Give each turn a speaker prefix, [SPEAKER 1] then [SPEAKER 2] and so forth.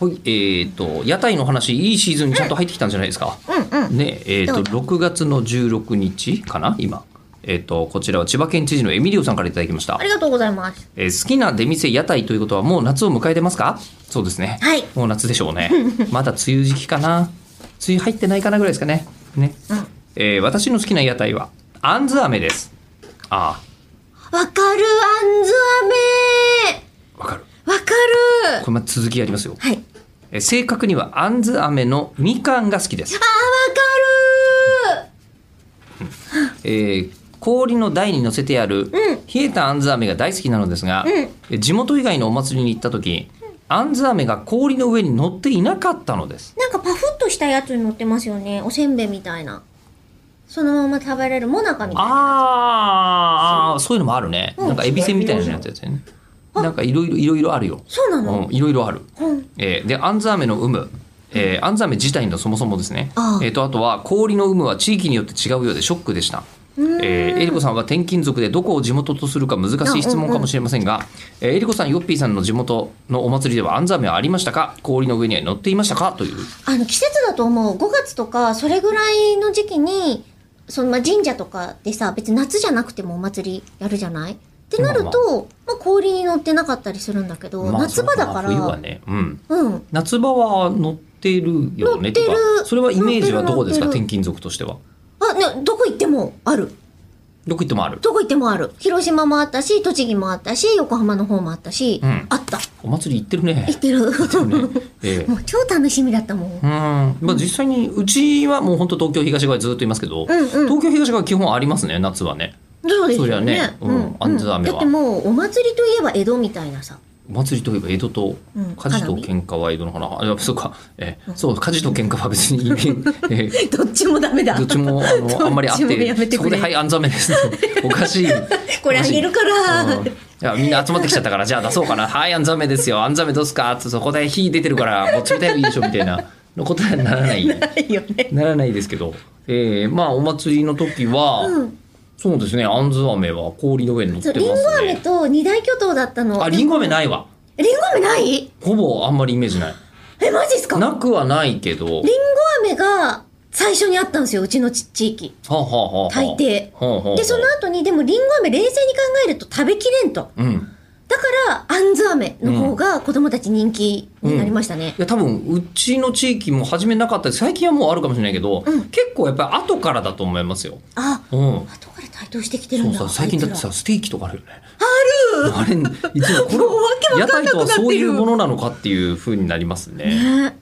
[SPEAKER 1] はい、えー、と屋台の話いいシーズンにちゃんと入ってきたんじゃないですか、
[SPEAKER 2] うんうん。
[SPEAKER 1] ねえー、
[SPEAKER 2] ど
[SPEAKER 1] と
[SPEAKER 2] うだ
[SPEAKER 1] 6月の16日かな今、えー、とこちらは千葉県知事のエミリオさんからいただきました
[SPEAKER 2] ありがとうございます。
[SPEAKER 1] えー好きな出店屋台ということはもう夏を迎えてますかそうですね、
[SPEAKER 2] はい
[SPEAKER 1] もう夏でしょう ねまだ梅雨時期かな梅雨入ってないかなぐらいですかねね、
[SPEAKER 2] うん
[SPEAKER 1] えー私の好きな屋台はあんず飴ですあ
[SPEAKER 2] わかる、あんず
[SPEAKER 1] あわかる
[SPEAKER 2] 飴。わかる。
[SPEAKER 1] これまた続きやりますよ、
[SPEAKER 2] はい。あー、わ
[SPEAKER 1] えー正確にはあんず飴のみかんが好きです、
[SPEAKER 2] かる。
[SPEAKER 1] えー氷の台に乗せてある冷えたあんず飴が大好きなのですが、
[SPEAKER 2] ん
[SPEAKER 1] えー地元以外のお祭りに行った時あんず飴が氷の上に乗っていなかったのです
[SPEAKER 2] なんかパフッとしたやつに乗ってますよね。おせんべいみたいな。そのまま食べれるもなかみたいな。
[SPEAKER 1] あーあーそういうのもあるね、
[SPEAKER 2] うん
[SPEAKER 1] なんかエビせんみたいなやつやつやねなんかいろいろいろいろあるよ
[SPEAKER 2] そうなの
[SPEAKER 1] うんいろいろある、
[SPEAKER 2] うん。
[SPEAKER 1] えーでアンザメの有無えー、アンザメ自体のそもそもですね
[SPEAKER 2] ああ
[SPEAKER 1] えー、とあとは氷の有無は地域によって違うようでショックでした
[SPEAKER 2] うん
[SPEAKER 1] えー、えりこさんは転勤族でどこを地元とするか難しい質問かもしれませんが、えーえりこさんよっぴーさんの地元のお祭りではアンザメはありましたか氷の上には乗っていましたかという
[SPEAKER 2] あの、季節だと思う。5月とか、それぐらいの時期に、その、まあ、神社とかでさ、別に夏じゃなくてもお祭りやるじゃないってなると、まあ、氷に乗ってなかったりするんだけど、
[SPEAKER 1] まあ
[SPEAKER 2] 夏場だか
[SPEAKER 1] そうま
[SPEAKER 2] ら、
[SPEAKER 1] あ冬はねうん
[SPEAKER 2] うん。
[SPEAKER 1] 夏場は乗っているよね
[SPEAKER 2] 乗ってる
[SPEAKER 1] とかそれはイメージはどこですか
[SPEAKER 2] 乗ってる
[SPEAKER 1] 転
[SPEAKER 2] 乗ってる
[SPEAKER 1] 勤族としては
[SPEAKER 2] あ、ね、どこ行ってもある。
[SPEAKER 1] よく言ってもある
[SPEAKER 2] どこ行ってもある。広島もあったし、栃木もあったし、横浜の方もあったし、
[SPEAKER 1] うん
[SPEAKER 2] あった。
[SPEAKER 1] お祭り行ってるね
[SPEAKER 2] 行ってる。
[SPEAKER 1] ねええ
[SPEAKER 2] もう超楽しみだったもん。
[SPEAKER 1] うんまあ実際にうちはもう本当東京東側にずっといますけど、
[SPEAKER 2] うんうん
[SPEAKER 1] 東京東側は基本ありますね夏はね
[SPEAKER 2] そうです
[SPEAKER 1] そ
[SPEAKER 2] よね。
[SPEAKER 1] りゃねうんあんず飴は
[SPEAKER 2] だってもう、お祭りといえば江戸みたいなさ。
[SPEAKER 1] お祭りといえば江戸と
[SPEAKER 2] うん
[SPEAKER 1] 火事と喧嘩は江戸の花、あそうか、ええそう火事と喧嘩は別に、 ええ
[SPEAKER 2] どっちもダメだ。
[SPEAKER 1] どっちもあ
[SPEAKER 2] どっち
[SPEAKER 1] の
[SPEAKER 2] も
[SPEAKER 1] あんまりあっ
[SPEAKER 2] やめ
[SPEAKER 1] て
[SPEAKER 2] て
[SPEAKER 1] そ
[SPEAKER 2] く
[SPEAKER 1] こで
[SPEAKER 2] れ
[SPEAKER 1] はいあんざめです、おかしい
[SPEAKER 2] これあげるから。
[SPEAKER 1] うんいやみんな集まってきちゃったからじゃあ出そうかな「はいあんざめですよあんざめどうすか?」ってそこで火出てるからもう冷たいのいいでしょみたいなのことにはならない
[SPEAKER 2] ないよね。
[SPEAKER 1] ならないですけど、えー、まあお祭りの時は、
[SPEAKER 2] うん
[SPEAKER 1] そうですねあんず飴は氷の上に乗って
[SPEAKER 2] そう
[SPEAKER 1] ます
[SPEAKER 2] リンゴ飴
[SPEAKER 1] ね
[SPEAKER 2] と二大巨頭だったの。
[SPEAKER 1] ありんご飴
[SPEAKER 2] い。
[SPEAKER 1] ないわ
[SPEAKER 2] リンゴ飴ない？
[SPEAKER 1] ほぼあんまりイメージない
[SPEAKER 2] えマジっすか？リン
[SPEAKER 1] なくはないけど
[SPEAKER 2] ゴ飴が最初にあったんですようちのち地域。
[SPEAKER 1] はあはあはあはあ
[SPEAKER 2] 大抵
[SPEAKER 1] はあはあはあ
[SPEAKER 2] でその後にでもリンゴ飴冷静に考えると食べきれんと。
[SPEAKER 1] うん
[SPEAKER 2] だからあんず飴の方が子供たち人気になりましたね。
[SPEAKER 1] いや多分うちの地域も初めなかったです最近はもうあるかもしれないけど、
[SPEAKER 2] うん
[SPEAKER 1] 結構やっぱり後からだと思いますよ
[SPEAKER 2] あ、
[SPEAKER 1] うん
[SPEAKER 2] 後から台頭してきてる
[SPEAKER 1] そ
[SPEAKER 2] ん
[SPEAKER 1] う
[SPEAKER 2] だ。
[SPEAKER 1] さ最近だって
[SPEAKER 2] あ
[SPEAKER 1] さ
[SPEAKER 2] い
[SPEAKER 1] ステーキとかあるよねあるあれいつもこれ
[SPEAKER 2] もうわけわ
[SPEAKER 1] 屋
[SPEAKER 2] かん
[SPEAKER 1] 台
[SPEAKER 2] なく
[SPEAKER 1] と
[SPEAKER 2] なっ
[SPEAKER 1] は
[SPEAKER 2] てる
[SPEAKER 1] そういうものなのかっていうふうになります
[SPEAKER 2] つらね。